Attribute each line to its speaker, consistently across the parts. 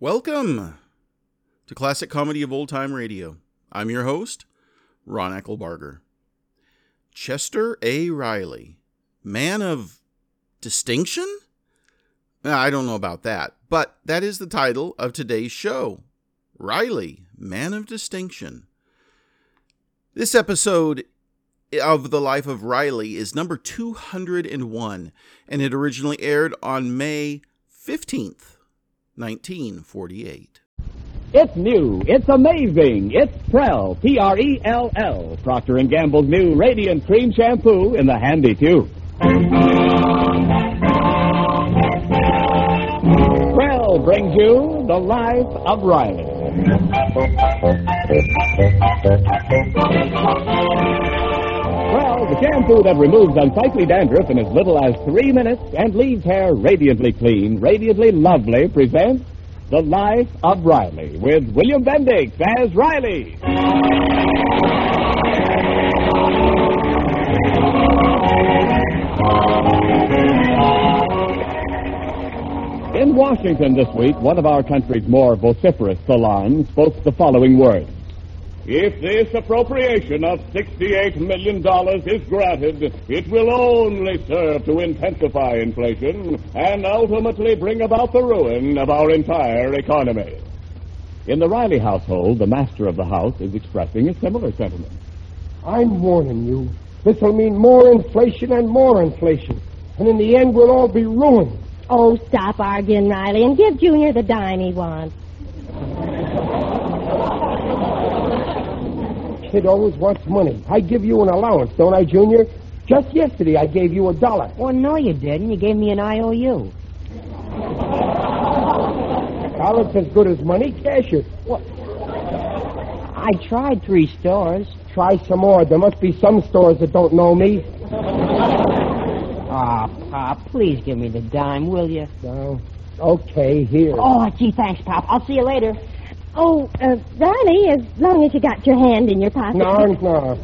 Speaker 1: Welcome to Classic Comedy of Old Time Radio. I'm your host, Ron Eckelbarger. Chester A. Riley, man of distinction? I don't know about that, but that is the title of today's show Riley, man of distinction. This episode of The Life of Riley is number 201, and it originally aired on May 15th, 1948.
Speaker 2: It's new. It's amazing. It's Prell, P-R-E-L-L, E Procter & Gamble's new Radiant Cream Shampoo in the handy tube. Prell brings you the life of Riley. Prell, the shampoo that removes unsightly dandruff in as little as three minutes and leaves hair radiantly clean, radiantly lovely, presents The Life of Riley with William Bendix as Riley. In Washington this week, one of our country's more vociferous salons spoke the following words. If this appropriation of $68 million is granted, it will only serve to intensify inflation and ultimately bring about the ruin of our entire economy. In the Riley household, the master of the house is expressing a similar sentiment.
Speaker 3: I'm warning you. This'll mean more inflation and more inflation. And in the end, we'll all be ruined.
Speaker 4: Oh, stop arguing, Riley, and give Junior the dime he wants.
Speaker 3: Kid always wants money. I give you an allowance, don't I, Junior? Just yesterday, I gave you a dollar.
Speaker 4: Well, no, you didn't. You gave me an IOU.
Speaker 3: Dollar's as good as money. Cash it.
Speaker 4: I tried three stores.
Speaker 3: Try some more. There must be some stores that don't know me.
Speaker 4: Ah, Pop, please give me the dime, will you?
Speaker 3: No. Okay, here.
Speaker 4: Oh, gee, thanks, Pop. I'll see you later. Oh, uh, Riley, as long as you got your hand in your pocket.
Speaker 3: No, no.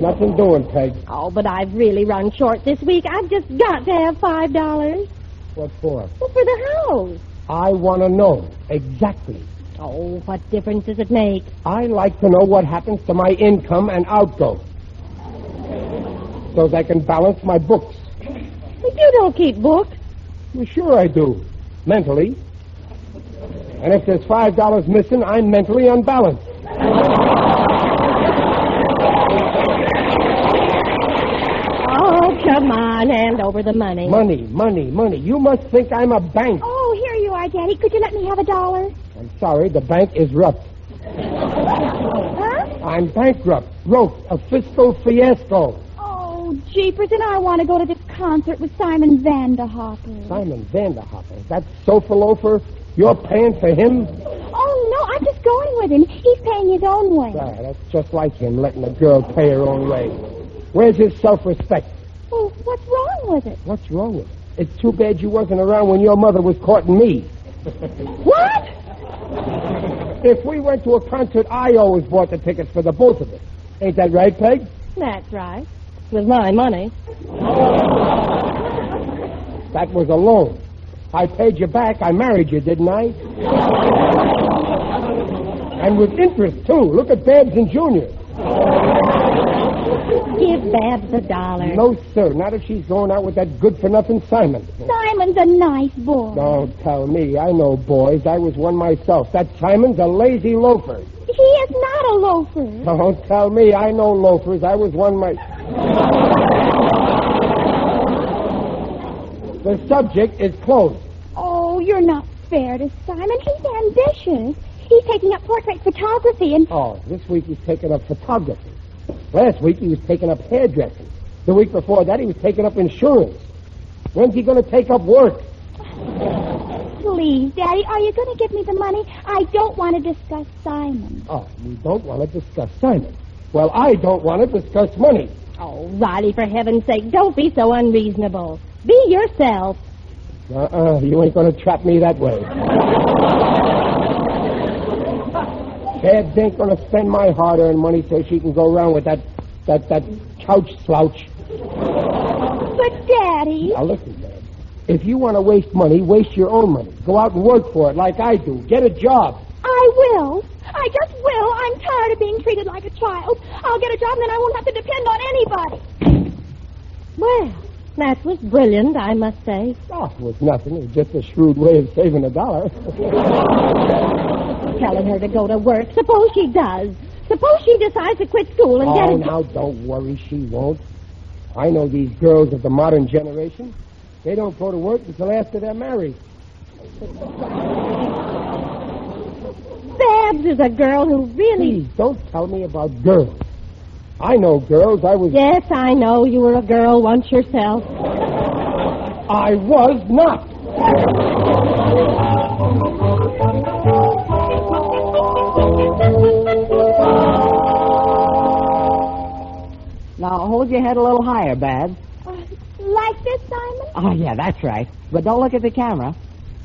Speaker 3: Nothing doing, Peg.
Speaker 4: Oh, but I've really run short this week. I've just got to have five dollars.
Speaker 3: What for?
Speaker 4: Well, for the house.
Speaker 3: I want to know. Exactly.
Speaker 4: Oh, what difference does it make?
Speaker 3: I like to know what happens to my income and outgo. So that I can balance my books.
Speaker 4: You don't keep books.
Speaker 3: Well, sure I do. Mentally. And if there's five dollars missing, I'm mentally unbalanced.
Speaker 4: Oh, come on, hand over the money.
Speaker 3: Money, money, money. You must think I'm a bank.
Speaker 4: Oh, here you are, Daddy. Could you let me have a dollar?
Speaker 3: I'm sorry, the bank is rough.
Speaker 4: Huh?
Speaker 3: I'm bankrupt, broke, a fiscal fiasco.
Speaker 5: Oh, jeepers, and I want to go to this concert with Simon Vanderhoppen.
Speaker 3: Simon Vanderhoppen, that sofa loafer, you're paying for him?
Speaker 5: Oh, no, I'm just going with him. He's paying his own way.
Speaker 3: Ah, that's just like him, letting a girl pay her own way. Where's his self-respect?
Speaker 5: Well, what's wrong with it?
Speaker 3: What's wrong with it? It's too bad you wasn't around when your mother was courting me.
Speaker 5: What?
Speaker 3: If we went to a concert, I always bought the tickets for the both of us. Ain't that right, Peg?
Speaker 4: That's right. With my money.
Speaker 3: That was a loan. I paid you back. I married you, didn't I? and with interest, too. Look at Babs and Junior.
Speaker 4: Give Babs a dollar.
Speaker 3: No, sir. Not if she's going out with that good-for-nothing Simon.
Speaker 5: Simon's a nice boy.
Speaker 3: Don't tell me. I know boys. I was one myself. That Simon's a lazy loafer.
Speaker 5: He is not a loafer.
Speaker 3: Don't tell me. I know loafers. I was one my. the subject is closed.
Speaker 5: Oh, you're not fair to Simon. He's ambitious. He's taking up portrait photography and.
Speaker 3: Oh, this week he's taking up photography. Last week he was taking up hairdressing. The week before that he was taking up insurance. When's he going to take up work?
Speaker 5: Please, Daddy, are you going to give me the money? I don't want to discuss Simon.
Speaker 3: Oh, you don't want to discuss Simon. Well, I don't want to discuss money.
Speaker 4: Oh, Riley, for heaven's sake, don't be so unreasonable. Be yourself.
Speaker 3: Uh-uh, you ain't going to trap me that way. Babs ain't going to spend my hard-earned money so she can go around with that, that, that couch slouch.
Speaker 5: But, Daddy.
Speaker 3: Now listen, Babs. If you want to waste money, waste your own money. Go out and work for it like I do. Get a job.
Speaker 5: I will. I just will. I'm tired of being treated like a child. I'll get a job and then I won't have to depend on anybody.
Speaker 4: Well, that was brilliant, I must say.
Speaker 3: Oh, it was nothing. It was just a shrewd way of saving a dollar.
Speaker 4: Telling her to go to work. Suppose she does. Suppose she decides to quit school and
Speaker 3: oh,
Speaker 4: get a
Speaker 3: now don't worry, she won't. I know these girls of the modern generation. They don't go to work until after they're married.
Speaker 4: Babs is a girl who really.
Speaker 3: Please don't tell me about girls. I know girls. I was.
Speaker 4: Yes, I know you were a girl once yourself.
Speaker 3: I was not.
Speaker 6: Now hold your head a little higher, Babs.
Speaker 5: Uh, like this, Simon?
Speaker 6: Oh, yeah, that's right. But don't look at the camera.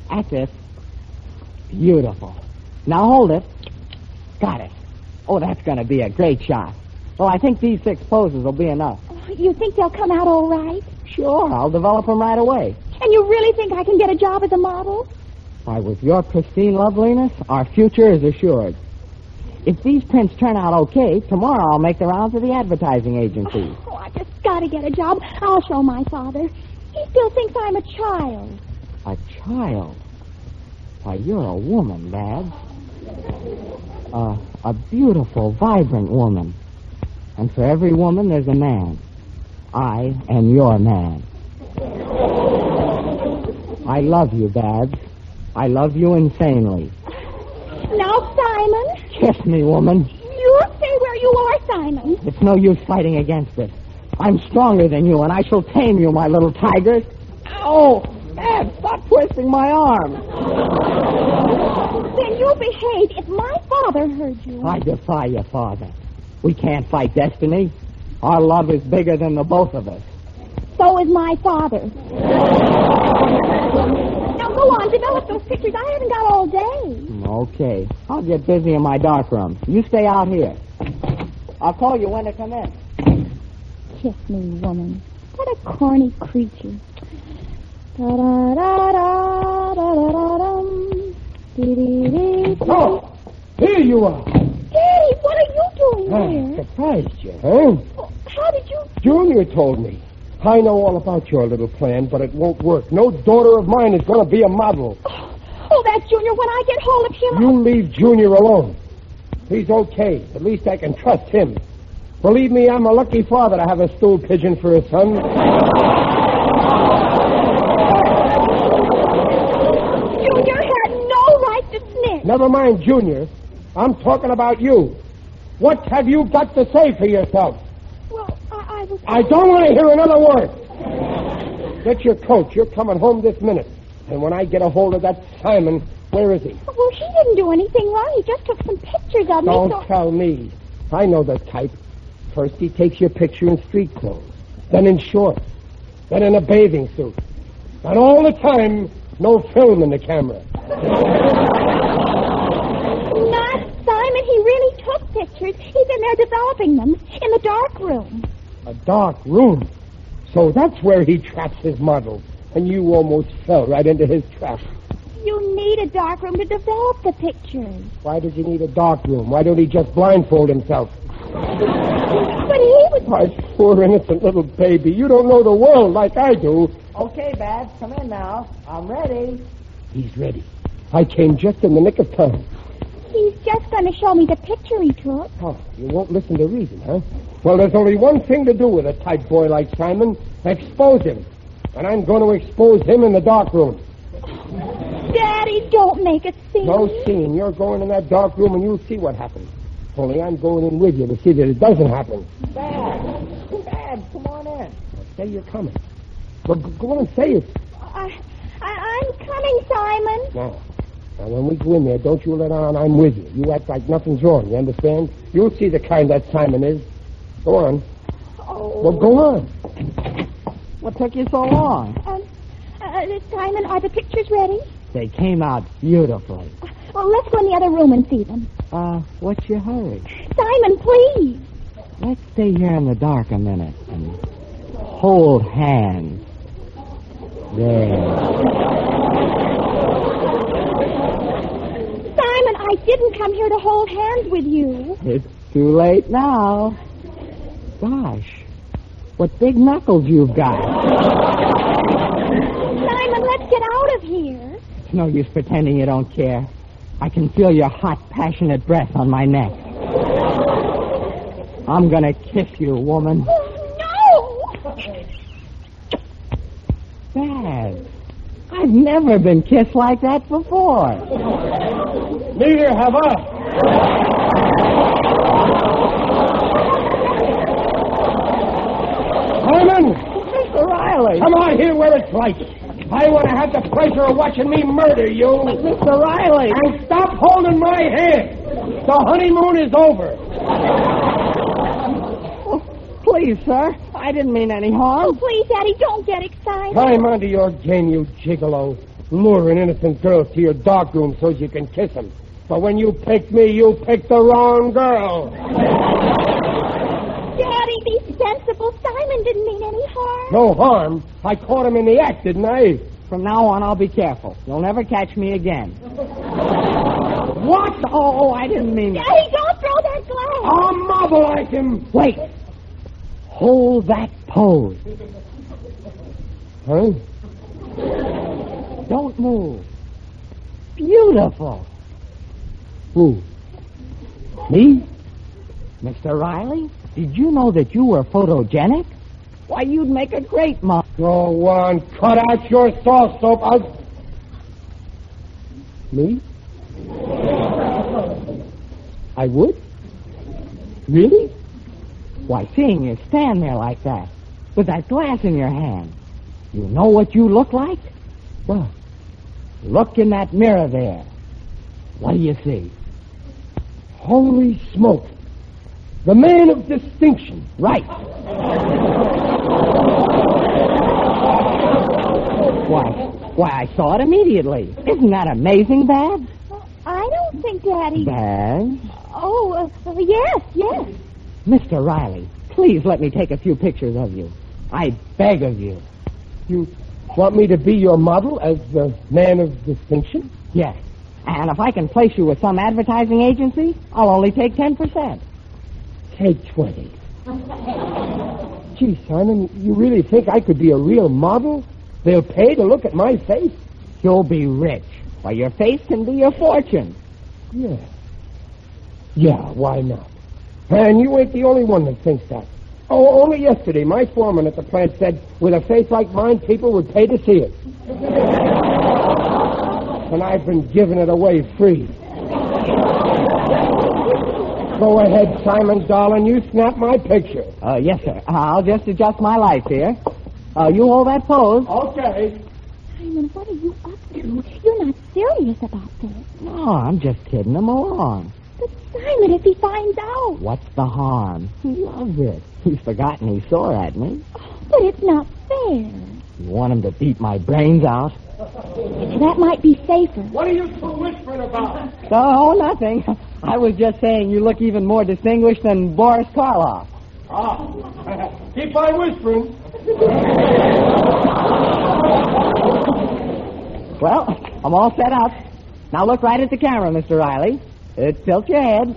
Speaker 6: That's it. Beautiful. Now hold it. Got it. Oh, that's going to be a great shot. Well, I think these six poses will be enough.
Speaker 5: Oh, You think they'll come out all right?
Speaker 6: Sure, I'll develop them right away.
Speaker 5: And you really think I can get a job as a model?
Speaker 6: Why, with your pristine loveliness, our future is assured. If these prints turn out okay, tomorrow I'll make the rounds of the advertising agencies.
Speaker 5: Oh, I just gotta get a job. I'll show my father. He still thinks I'm a child.
Speaker 6: A child? Why, you're a woman, Babs. Uh, a beautiful, vibrant woman. And for every woman, there's a man. I am your man. I love you, Babs. I love you insanely.
Speaker 5: Now, Simon,
Speaker 6: Kiss me, woman.
Speaker 5: you stay where you are, Simon.
Speaker 6: It's no use fighting against it. I'm stronger than you, and I shall tame you, my little tigers. Ow! Babs, stop twisting my arm.
Speaker 5: Then you behave if my father heard you.
Speaker 6: I defy you, Father. We can't fight destiny. Our love is bigger than the both of us.
Speaker 5: So is my father. now go on, develop those pictures. I haven't got all day.
Speaker 6: Okay. I'll get busy in my darkroom. You stay out here. I'll call you when to come in.
Speaker 5: Kiss me, woman. What a corny creature. Da da da da da da dum. Dee dee dee.
Speaker 3: Oh, here you are.
Speaker 5: Hey, what are you doing
Speaker 3: Ah,
Speaker 5: here?
Speaker 3: surprised you, huh?
Speaker 5: Oh, How did you?
Speaker 3: Junior told me. I know all about your little plan, but it won't work. No daughter of mine is going to be a model.
Speaker 5: Oh, that Junior. When I get hold of him,
Speaker 3: You leave Junior alone. He's okay. At least I can trust him. Believe me, I'm a lucky father to have a stool pigeon for a son.
Speaker 5: Junior had no right to snitch.
Speaker 3: Never mind Junior. I'm talking about you. What have you got to say for yourself?
Speaker 5: Well, I, I was.
Speaker 3: I don't want to hear another word. Get your coat. You're coming home this minute. And when I get a hold of that Simon, where is he?
Speaker 5: Well, he didn't do anything wrong. He just took some pictures of me.
Speaker 3: Don't
Speaker 5: so...
Speaker 3: tell me. I know the type. First he takes your picture in street clothes, then in shorts, then in a bathing suit. And all the time, no film in the camera.
Speaker 5: Not Simon. He really took pictures. He's in there developing them in the dark room.
Speaker 3: A dark room. So that's where he traps his models. And you almost fell right into his trap.
Speaker 5: You need a dark room to develop the pictures.
Speaker 3: Why does he need a dark room? Why don't he just blindfold himself?
Speaker 5: But he was.
Speaker 3: My poor innocent little baby. You don't know the world like I do.
Speaker 6: Okay, Babs, come in now. I'm ready.
Speaker 3: He's ready. I came just in the nick of time.
Speaker 5: He's just going to show me the picture he took.
Speaker 3: Oh, you won't listen to reason, huh? Well, there's only one thing to do with a tight boy like Simon. Expose him. And I'm going to expose him in the dark room.
Speaker 5: Daddy, don't make a scene.
Speaker 3: No scene. You're going in that dark room and you'll see what happens. Only I'm going in with you to see that it doesn't happen.
Speaker 6: Babs, Babs, come on in.
Speaker 3: Say you're coming. Well, g- go on, say it.
Speaker 5: I, I, I'm coming, Simon.
Speaker 3: Now, now, when we go in there, don't you let on I'm with you. You act like nothing's wrong, you understand? You'll see the kind that Simon is. Go on.
Speaker 5: Oh.
Speaker 3: Well, go on.
Speaker 6: What took you so long?
Speaker 5: Um, uh, Simon, are the pictures ready?
Speaker 6: They came out beautifully.
Speaker 5: Well, let's go in the other room and see them.
Speaker 6: Uh, what's your hurry?
Speaker 5: Simon, please.
Speaker 6: Let's stay here in the dark a minute and hold hands. There.
Speaker 5: Simon, I didn't come here to hold hands with you.
Speaker 6: It's too late now. Gosh, what big knuckles you've got.
Speaker 5: Simon, let's get out of here.
Speaker 6: It's no use pretending you don't care. I can feel your hot, passionate breath on my neck. I'm gonna kiss you, woman.
Speaker 5: Oh, no!
Speaker 6: Bad. I've never been kissed like that before.
Speaker 2: Neither have I.
Speaker 3: Simon,
Speaker 6: Mr. Riley!
Speaker 3: come out here where it's light. I want to have the pleasure of watching me murder you.
Speaker 6: Mr. Riley!
Speaker 3: And stop holding my hand. The honeymoon is over.
Speaker 4: Oh,
Speaker 6: Please, sir. I didn't mean any
Speaker 5: Oh,
Speaker 6: harm.
Speaker 5: please, Daddy, don't get excited.
Speaker 3: Climb onto your game, you gigolo. Lure an innocent girl to your dark room so you can kiss him. But when you pick me, you pick the wrong girl.
Speaker 5: Daddy, be sensible. Simon didn't mean any harm.
Speaker 3: No harm. I caught him in the act, didn't I?
Speaker 6: From now on, I'll be careful. You'll never catch me again. what? Oh, I didn't mean that.
Speaker 5: Daddy, don't throw that glass.
Speaker 3: I'll mobilize him.
Speaker 6: Wait. Hold that pose.
Speaker 3: Huh?
Speaker 6: Don't move. Beautiful.
Speaker 3: Who? Me?
Speaker 6: Mr. Riley, did you know that you were photogenic? Why, you'd make a great mom.
Speaker 3: Go on, cut out your sauce soap. I'll... Me?
Speaker 6: I would? Really? Why, seeing you stand there like that, with that glass in your hand, you know what you look like? What? Look in that mirror there. What do you see?
Speaker 3: Holy smoke. The man of distinction.
Speaker 6: Right. why, why, I saw it immediately. Isn't that amazing, Babs?
Speaker 5: I don't think Daddy.
Speaker 6: Babs?
Speaker 5: Oh, uh, yes, yes.
Speaker 6: Mr. Riley, please let me take a few pictures of you. I beg of you.
Speaker 3: You want me to be your model as the man of distinction?
Speaker 6: Yes. And if I can place you with some advertising agency, I'll only take 10%.
Speaker 3: Take 20. Gee, Simon, you really think I could be a real model? They'll pay to look at my face?
Speaker 6: You'll be rich. Why, your face can be your fortune.
Speaker 3: Yeah. Yeah, why not? And you ain't the only one that thinks that. Oh, only yesterday, my foreman at the plant said, with a face like mine, people would pay to see it. and I've been giving it away free. Go ahead, Simon, darling. You snap my picture.
Speaker 6: Uh, yes, sir. I'll just adjust my lights here. Uh, you hold that pose.
Speaker 5: Oh.
Speaker 3: Okay.
Speaker 5: Simon, what are you up to? You're not serious about this.
Speaker 6: No, I'm just kidding him along.
Speaker 5: But Simon, if he finds out.
Speaker 6: What's the harm? He loves it. He's forgotten he's sore at me.
Speaker 5: But it's not fair.
Speaker 6: You want him to beat my brains out?
Speaker 5: That might be safer.
Speaker 3: What are you two whispering about?
Speaker 6: Oh, nothing. I was just saying you look even more distinguished than Boris Karloff.
Speaker 3: Ah, keep on whispering.
Speaker 6: Well, I'm all set up. Now look right at the camera, Mr. Riley. Uh, tilt your head.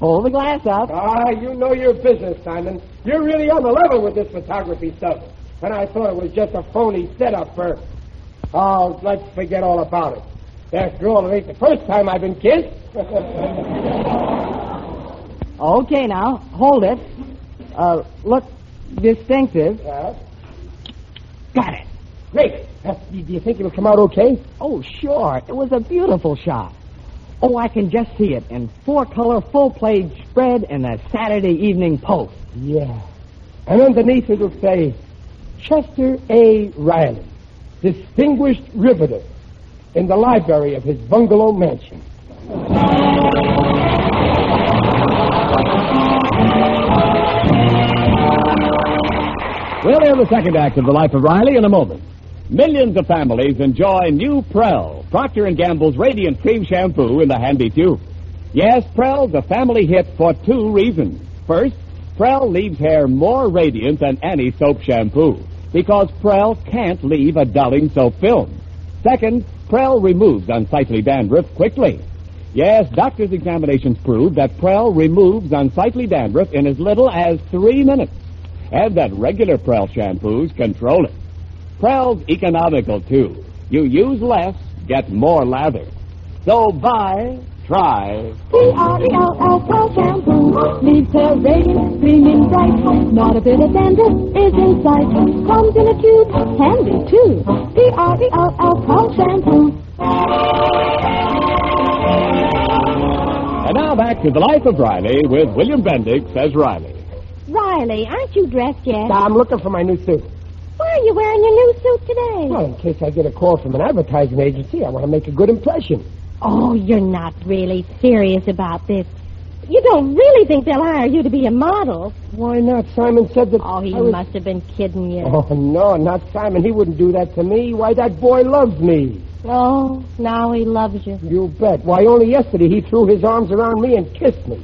Speaker 6: Hold the glass up.
Speaker 3: Ah, you know your business, Simon. You're really on the level with this photography stuff. And I thought it was just a phony setup for. Oh, let's forget all about it. After all, it ain't the first time I've been kissed.
Speaker 6: Okay, now hold it. Uh, look distinctive.
Speaker 3: yeah.
Speaker 6: Got it.
Speaker 3: Great. Uh, do you think it'll come out okay?
Speaker 6: Oh, sure. It was a beautiful shot. Oh, I can just see it in four-color full-page spread in the Saturday Evening Post.
Speaker 3: Yeah. And underneath it'll say Chester A. Riley, distinguished riveter in the library of his bungalow mansion.
Speaker 2: We'll hear the second act of The Life of Riley in a moment. Millions of families enjoy new Prel, Procter & Gamble's Radiant Cream Shampoo in the handy tube. Yes, Prel's a family hit for two reasons. First, Prel leaves hair more radiant than any soap shampoo. because Prell can't leave a dulling soap film. Second, Prell removes unsightly dandruff quickly. Yes, doctor's examinations prove that Prell removes unsightly dandruff in as little as three minutes, and that regular Prell shampoos control it. Prell's economical, too. You use less, get more lather. So buy, try,
Speaker 5: uh,
Speaker 7: P-R-E-L-L Pearl Shampoo leaves hair radiant, gleaming bright. Not a bit of dandruff is in sight. Comes in a tube, handy too. E P-R-E-L-L Pearl Shampoo.
Speaker 2: And now back to the life of Riley with William Bendix as Riley.
Speaker 4: Riley, aren't you dressed yet?
Speaker 3: I'm looking for my new suit.
Speaker 4: Why are you wearing your new suit today?
Speaker 3: Well, in case I get a call from an advertising agency, I want to make a good impression.
Speaker 4: Oh, you're not really serious about this. You don't really think they'll hire you to be a model.
Speaker 3: Why not? Simon said that.
Speaker 4: Oh, he
Speaker 3: I was-
Speaker 4: must have been kidding you.
Speaker 3: Oh, no, not Simon. He wouldn't do that to me. Why, that boy loves me.
Speaker 4: Oh, now he loves you.
Speaker 3: You bet. Why, only yesterday he threw his arms around me and kissed me.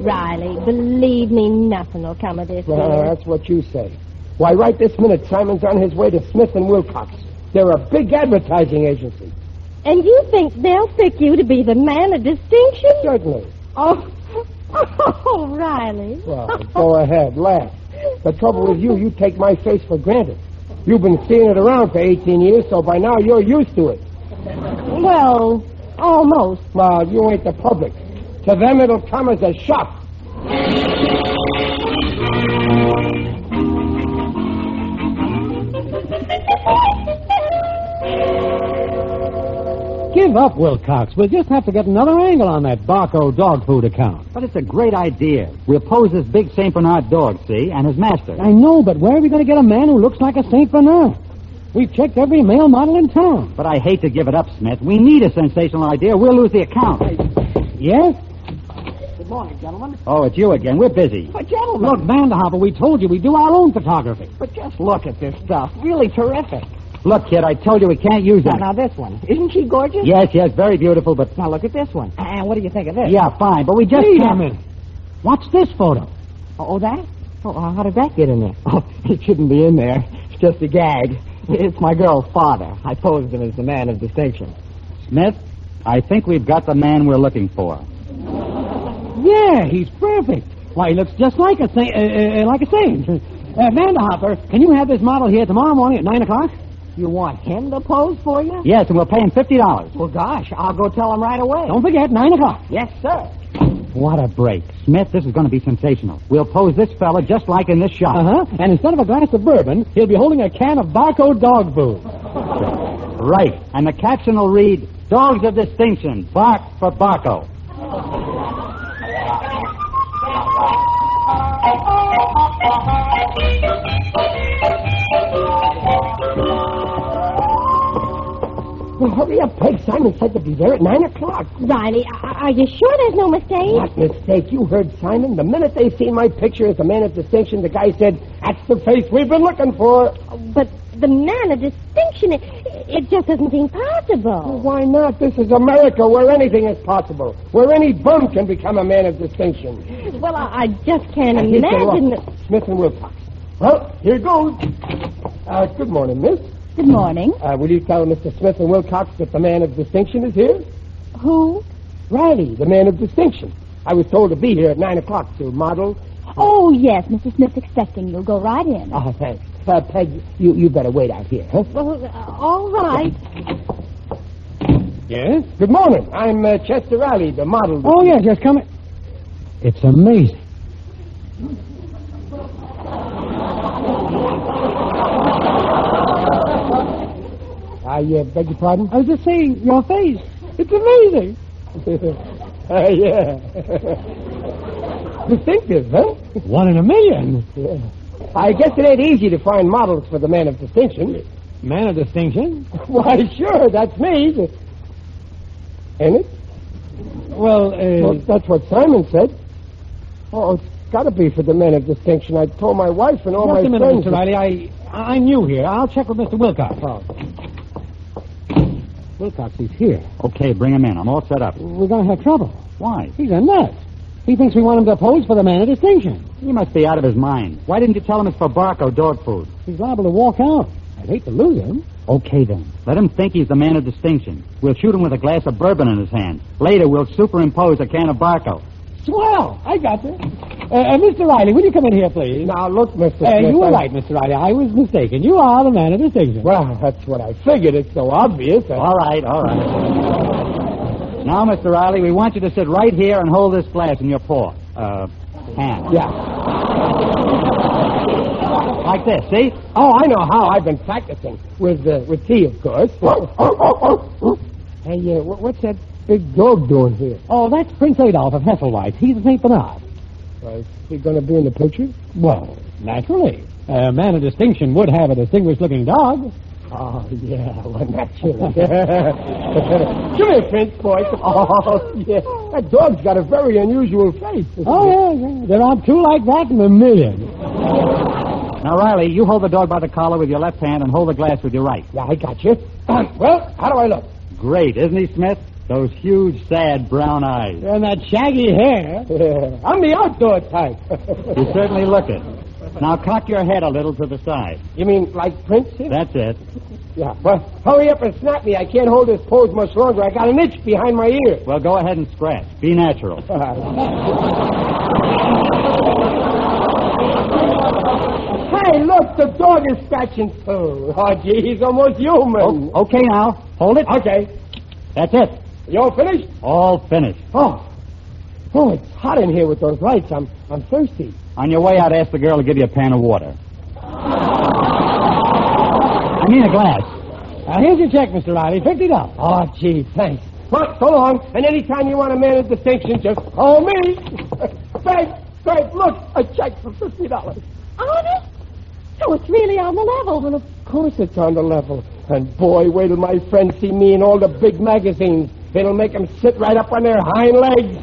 Speaker 4: Riley, believe me, nothing will come of this.
Speaker 3: Well,
Speaker 4: dear.
Speaker 3: that's what you say. Why, right this minute, Simon's on his way to Smith and Wilcox. They're a big advertising agency.
Speaker 4: And you think they'll pick you to be the man of distinction?
Speaker 3: Certainly.
Speaker 4: Oh, oh, Riley.
Speaker 3: Well, go ahead, laugh. The trouble with you, you take my face for granted. You've been seeing it around for 18 years, so by now you're used to it.
Speaker 4: Well, almost.
Speaker 3: Well, you ain't the public. To them, it'll come as a shock.
Speaker 5: Give up, Wilcox. We'll just have to get another angle on that Barco dog food account.
Speaker 8: But it's a great idea. We'll pose as big St. Bernard dog, see, and his master.
Speaker 5: I know, but where are we going to get a man who looks like a St. Bernard? We've checked every male model in town.
Speaker 8: But I hate to give it up, Smith. We need a sensational idea. We'll lose the account.
Speaker 5: Yes?
Speaker 8: Oh, it's you again. We're busy.
Speaker 5: But, gentlemen. Look, Vanderhopper, we told you we do our own photography.
Speaker 6: But just look at this stuff. Really terrific.
Speaker 8: Look, kid, I told you we can't use
Speaker 6: Now,
Speaker 8: that.
Speaker 6: now this one. Isn't she gorgeous?
Speaker 8: Yes, yes, very beautiful, but
Speaker 6: Now look at this one. And what do you think of this?
Speaker 8: yeah, fine. But we just
Speaker 5: Wait a
Speaker 8: can't.
Speaker 5: minute. What's this photo?
Speaker 6: Oh, that? Oh, uh, how did that get in there? Oh, it shouldn't be in there. It's just a gag. It's my girl's father. I posed him as the man of distinction.
Speaker 8: Smith, I think we've got the man we're looking for.
Speaker 5: Yeah, he's perfect. Why, he looks just like a saint. Uh, uh, like a saint. Uh, Vanderhopper, can you have this model here tomorrow morning at 9 o'clock?
Speaker 6: You want him to pose for you?
Speaker 8: Yes, and we'll pay him fifty dollars.
Speaker 6: Well, gosh, I'll go tell him right away.
Speaker 5: Don't forget, 9 o'clock.
Speaker 6: Yes, sir.
Speaker 8: What a break, Smith. This is going to be sensational. We'll pose this fella just like in this shot.
Speaker 5: Uh-huh. And instead of a glass of bourbon, he'll be holding a can of Barco dog food.
Speaker 8: Right. And the caption will read, "Dogs of Distinction, bark for Barco."
Speaker 3: Well, hurry up, Peg. Simon said to be there at 9 o'clock.
Speaker 4: Riley, a- are you sure there's no mistake?
Speaker 3: What mistake? You heard Simon. The minute they seen my picture as a man of distinction, the guy said, That's the face we've been looking for.
Speaker 4: But the man of distinction, it, it just doesn't seem possible.
Speaker 3: Why not? This is America where anything is possible, where any bum can become a man of distinction.
Speaker 4: Well, I, I just can't
Speaker 3: And he's the
Speaker 4: imagine
Speaker 3: one.
Speaker 4: that.
Speaker 3: Smith and Wilcox. Well, here goes. Uh, good morning, miss.
Speaker 7: Good morning.
Speaker 3: Uh, will you tell Mr. Smith and Wilcox that the man of distinction is here?
Speaker 7: Who?
Speaker 3: Riley, the man of distinction. I was told to be here at 9 o'clock to model.
Speaker 7: Oh, yes, Mr. Smith's expecting you. Go right in.
Speaker 3: Oh, thanks. Uh, Peg, you, you better wait out here, huh?
Speaker 4: Well, uh, all right.
Speaker 3: Yes? Good morning. I'm uh, Chester Riley, the model.
Speaker 5: Oh, yes, yes, come in. It's amazing.
Speaker 3: I uh, beg your pardon?
Speaker 5: I was just saying, your face. It's amazing.
Speaker 3: uh, yeah. Distinctive, huh?
Speaker 5: One in a million.
Speaker 3: Yeah. I guess it ain't easy to find models for the man of distinction.
Speaker 5: Man of distinction.
Speaker 3: Why, sure, that's me. Ain't it?
Speaker 5: Well, uh,
Speaker 3: Well, that's what Simon said. Oh, it's got to be for the man of distinction. I told my wife and all
Speaker 5: just
Speaker 3: oh my
Speaker 5: a minute,
Speaker 3: friends.
Speaker 5: Mr. Riley. I, I'm new here. I'll check with Mr. Wilcox.
Speaker 3: Oh,
Speaker 5: Wilcox, he's here.
Speaker 8: Okay, bring him in. I'm all set up.
Speaker 5: We're going to have trouble.
Speaker 8: Why?
Speaker 5: He's a nut.
Speaker 8: He thinks we want him to pose for the man of distinction.
Speaker 9: He must be out of his mind. Why didn't you tell him it's for Barco dog food?
Speaker 8: He's liable to walk out. I'd hate to lose him.
Speaker 9: Okay, then. Let him think he's the man of distinction. We'll shoot him with a glass of bourbon in his hand. Later, we'll superimpose a can of Barco.
Speaker 8: Swell! I got this. Uh, uh, Mr. Riley, will you come in here, please?
Speaker 3: Now, look, Mr.
Speaker 8: Uh,
Speaker 3: Smith,
Speaker 8: you were
Speaker 3: I-
Speaker 8: right, Mr. Riley. I was mistaken. You are the man of distinction.
Speaker 3: Well, that's what I figured. It's so obvious. I-
Speaker 9: All right, all right. Now, Mr. Riley, we want you to sit right here and hold this glass in your paw. Uh, hand.
Speaker 3: yeah.
Speaker 9: Like this, see?
Speaker 3: Oh, I know how. I've been practicing with uh, with tea, of course. hey, uh, wh- what's that big dog doing here?
Speaker 8: Oh, that's Prince Adolf of Hesselweiss. He's a St. Bernard.
Speaker 3: Uh, is he going to be in the picture?
Speaker 8: Well, naturally. A man of distinction would have a distinguished looking dog.
Speaker 3: Oh, yeah, well, naturally. Come here, Prince, boy. Oh, yeah. That dog's got a very unusual face.
Speaker 8: Oh, yeah, yeah. There aren't two like that in a million.
Speaker 9: Now, Riley, you hold the dog by the collar with your left hand and hold the glass with your right.
Speaker 3: Yeah, I got you. well, how do I look?
Speaker 9: Great, isn't he, Smith? Those huge, sad brown eyes.
Speaker 8: And that shaggy hair.
Speaker 3: I'm the outdoor type.
Speaker 9: You certainly look it. Now, cock your head a little to the side.
Speaker 3: you mean like Prince here?
Speaker 9: That's it.
Speaker 3: Yeah. Well, hurry up and snap me. I can't hold this pose much longer. I got an itch behind my ear.
Speaker 9: Well, go ahead and scratch. Be natural.
Speaker 3: hey, look, the dog is scratching too. Oh, gee, he's almost human.
Speaker 9: O- Oh, okay, now. Hold it.
Speaker 3: Okay.
Speaker 9: That's it.
Speaker 3: You all finished?
Speaker 9: All finished.
Speaker 3: Oh. Oh, it's hot in here with those lights. I'm I'm thirsty.
Speaker 9: On your way out, ask the girl to give you a pan of water. I mean a glass.
Speaker 8: Now, here's your check, Mr. Riley. Fifty dollars.
Speaker 3: Oh, gee, thanks. Well, so long. And anytime you want a man of distinction, just call me. thanks. Thanks. Look, a check for fifty dollars.
Speaker 4: Honest? So it's really on the level. Well, of-
Speaker 3: Of course it's on the level. And boy, wait till my friends see me in all the big magazines. It'll make 'em sit right up on their hind legs.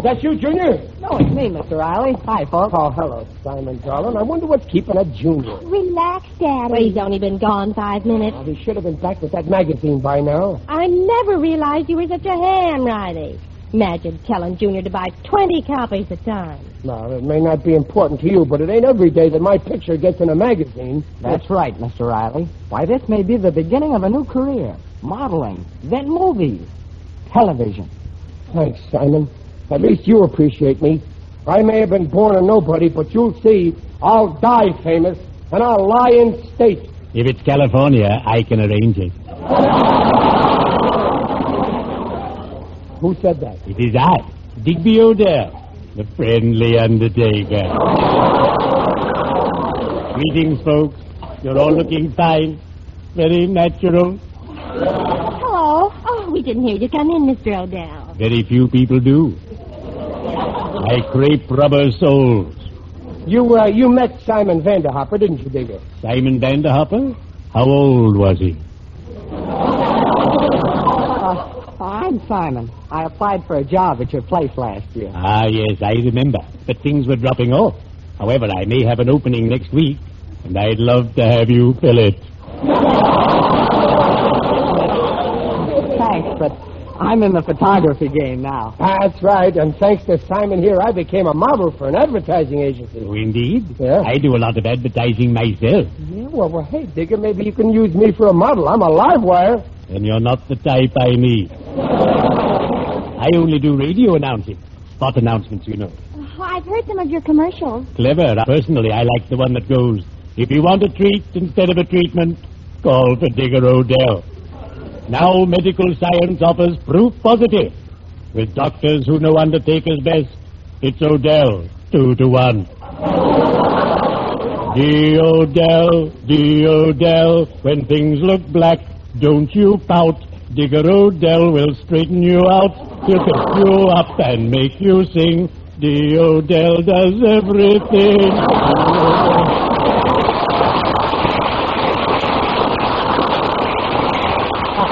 Speaker 3: That's you, Junior?
Speaker 8: No, it's me, Mr. Riley. Hi, folks.
Speaker 3: Oh, hello, Simon, darling. I wonder what's keeping a junior.
Speaker 5: Relax, Daddy.
Speaker 4: well, he's only been gone five minutes.
Speaker 3: Well, he should have been back with that magazine by now.
Speaker 4: I never realized you were such a ham, Riley. Imagine telling Junior to buy 20 copies a time.
Speaker 3: Now, it may not be important to you, but it ain't every day that my picture gets in a magazine.
Speaker 6: That's right, Mr. Riley.
Speaker 8: Why, this may be the beginning of a new career. Modeling, then movies, television.
Speaker 3: Thanks, Simon. At least you appreciate me. I may have been born a nobody, but you'll see. I'll die famous, and I'll lie in state.
Speaker 9: If it's California, I can arrange it.
Speaker 3: Who said that?
Speaker 9: It is I, Digby Odell, the friendly undertaker. Greetings, folks. You're all looking fine. Very natural.
Speaker 4: Hello. Oh, we didn't hear you come in, Mr. Odell.
Speaker 9: Very few people do. My crepe rubber soles.
Speaker 3: You, uh, you met Simon Vanderhopper, didn't you, Digger?
Speaker 9: Simon Vanderhopper? How old was he?
Speaker 6: Uh,
Speaker 8: I'm Simon. I applied for a job at your place last year.
Speaker 9: Ah, yes, I remember. But things were dropping off. However, I may have an opening next week, and I'd love to have you fill it.
Speaker 8: Thanks, but I'm in the photography game now.
Speaker 3: That's right, and thanks to Simon here, I became a model for an advertising agency.
Speaker 9: Oh, indeed.
Speaker 3: Yeah.
Speaker 9: I do a lot of advertising myself.
Speaker 3: Yeah, well, well, hey, Digger, maybe you can use me for a model. I'm a live wire.
Speaker 9: And you're not the type I need. I only do radio announcing. Spot announcements, you know.
Speaker 5: Oh, I've heard some of your commercials.
Speaker 9: Clever. Personally, I like the one that goes, if you want a treat instead of a treatment, call for Digger Odell. Now medical science offers proof positive. With doctors who know undertakers best, it's Odell, two to one. D Odell, D Odell, when things look black, don't you pout. Digger Odell will straighten you out. He'll pick you up and make you sing. D Odell does everything.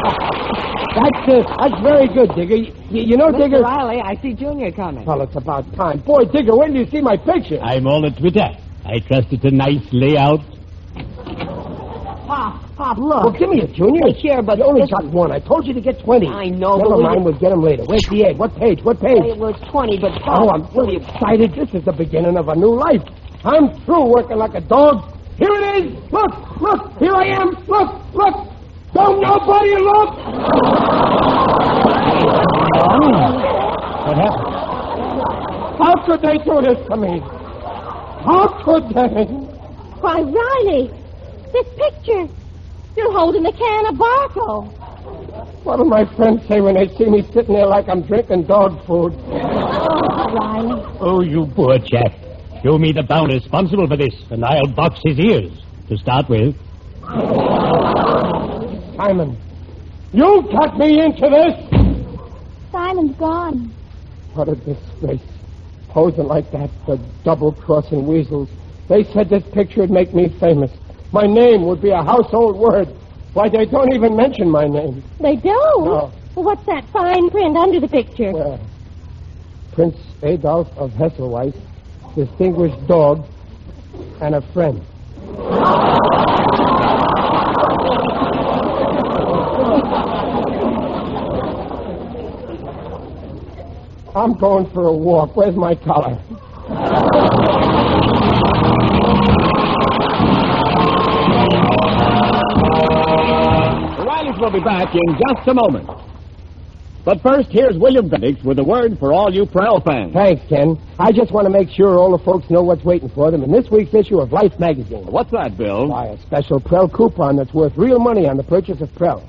Speaker 3: That's it. That's very good, Digger. You, you know, Digger.
Speaker 8: Mr. Riley, I see Junior coming.
Speaker 3: Well, it's about time. Boy, Digger, when do you see my picture?
Speaker 9: I'm all at Twitter. I trust it's a nice layout.
Speaker 8: Pop, look.
Speaker 3: Well, give me a junior. Sure, but you only got one. I told you to get twenty.
Speaker 8: I know,
Speaker 3: Never
Speaker 8: but we-
Speaker 3: mind. We'll get them later. Where's the egg? What page? What page?
Speaker 8: It was 20, but Pop...
Speaker 3: Oh, I'm really excited. This is the beginning of a new life. I'm through working like a dog. Here it is. Look, look. Here I am. Look, look. Don't nobody look.
Speaker 9: What happened?
Speaker 3: How could they do this to me? How could they?
Speaker 4: Why, Riley, this picture. You're holding a can of Barco.
Speaker 3: What do my friends say when they see me sitting there like I'm drinking dog food?
Speaker 9: Oh, you poor chap. Show me the bound responsible for this, and I'll box his ears to start with.
Speaker 3: Simon, you got me into this.
Speaker 5: Simon's gone.
Speaker 3: What a disgrace. Posing like that for double-crossing weasels. They said this picture would make me famous. My name would be a household word. Why, they don't even mention my name.
Speaker 4: They do?
Speaker 3: No.
Speaker 4: Well, What's that fine print under the picture?
Speaker 3: Oh. Well, Prince Adolf of Hesselweiss, distinguished dog, and a friend. I'm going for a walk. Where's my collar?
Speaker 2: The Rileys will be back in just a moment. But first, here's William Bendix with a word for all you Prowl fans.
Speaker 3: Thanks, Ken. I just want to make sure all the folks know what's waiting for them in this week's issue of Life magazine.
Speaker 2: What's that, Bill?
Speaker 3: Why, a special Prell coupon that's worth real money on the purchase of Prell.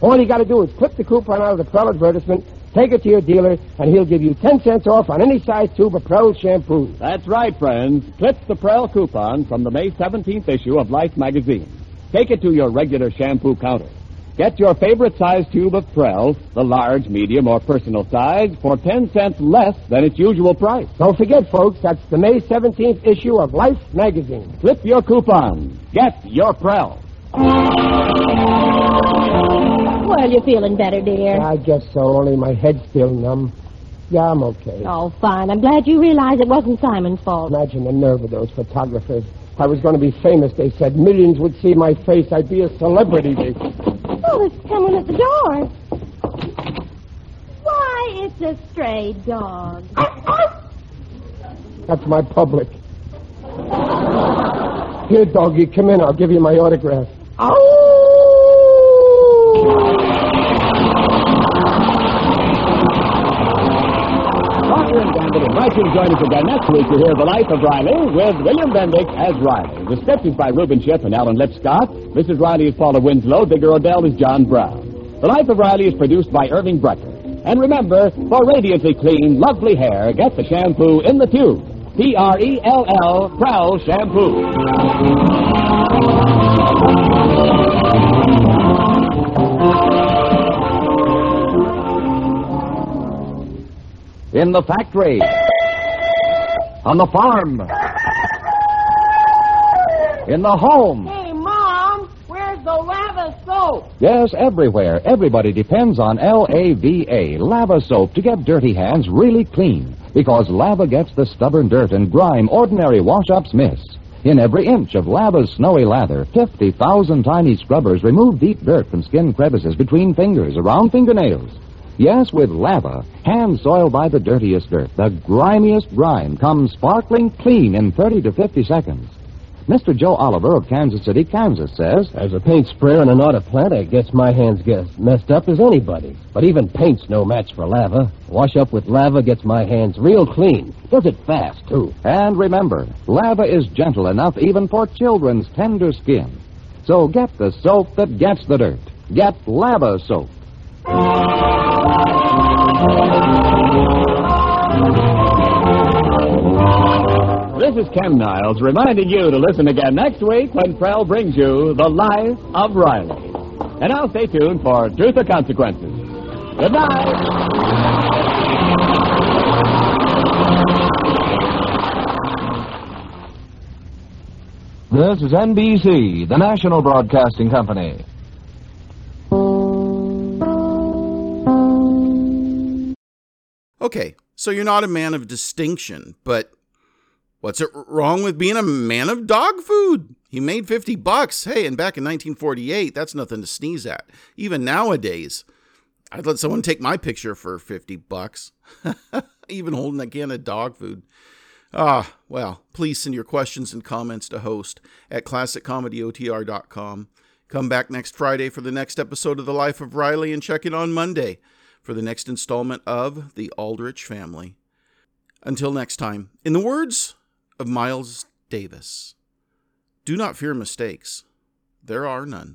Speaker 3: All you got to do is clip the coupon out of the Prell advertisement, take it to your dealer, and he'll give you 10 cents off on any size tube of Prell shampoo.
Speaker 2: That's right, friends. Clip the Prell coupon from the May 17th issue of Life magazine. Take it to your regular shampoo counter. Get your favorite size tube of Prell, the large, medium, or personal size, for 10 cents less than its usual price.
Speaker 3: Don't forget, folks, that's the May 17th issue of Life magazine.
Speaker 2: Clip your coupon. Get your Prell.
Speaker 4: Well, you're feeling better, dear.
Speaker 3: I guess so, only my head's still numb. Yeah, I'm okay.
Speaker 4: Oh, fine. I'm glad you realized it wasn't Simon's fault.
Speaker 3: Imagine the nerve of those photographers. I was going to be famous, they said. Millions would see my face. I'd be a celebrity. They...
Speaker 4: Oh, there's someone at the door. Why, it's a stray dog.
Speaker 3: That's my public. Here, doggy, come in. I'll give you my autograph.
Speaker 2: Roger and Gambit invite you to join us again next week to hear The Life of Riley with William Bendix as Riley. The script is by Reuben Ship and Alan Lipscott. Mrs. Riley is Paula Winslow. Digger Odell is John Brown. The Life of Riley is produced by Irving Brecker. And remember, for radiantly clean, lovely hair, get the shampoo in the tube. P-R-E-L-L, E Prowl Shampoo.
Speaker 10: in the factory, on the farm, in the home.
Speaker 11: Hey, Mom, where's the lava soap?
Speaker 10: Yes, everywhere. Everybody depends on LAVA, lava soap, to get dirty hands really clean. Because lava gets the stubborn dirt and grime ordinary wash ups miss. In every inch of lava's snowy lather, 50,000 tiny scrubbers remove deep dirt from skin crevices between fingers, around fingernails. Yes, with lava, hands soiled by the dirtiest dirt, the grimiest grime, comes sparkling clean in 30 to 50 seconds. Mr. Joe Oliver of Kansas City, Kansas says,
Speaker 3: As a paint sprayer and an auto plant, I guess my hands get as messed up as anybody's. But even paint's no match for lava. Wash up with lava gets my hands real clean. Does it fast, too.
Speaker 10: And remember, lava is gentle enough even for children's tender skin. So get the soap that gets the dirt. Get lava soap.
Speaker 2: This is Ken Niles reminding you to listen again next week when Prell brings you The Life of Riley. And now stay tuned for Truth or Consequences. Good night.
Speaker 10: This is NBC, the national broadcasting company.
Speaker 1: Okay, so you're not a man of distinction, but what's it wrong with being a man of dog food? He made 50 bucks. Hey, and back in 1948, that's nothing to sneeze at. Even nowadays, I'd let someone take my picture for 50 bucks, even holding a can of dog food. Ah, well, please send your questions and comments to host at classiccomedyotr.com. Come back next Friday for the next episode of The Life of Riley and check in on Monday for the next installment of The Aldrich Family. Until next time, in the words of Miles Davis, do not fear mistakes. There are none.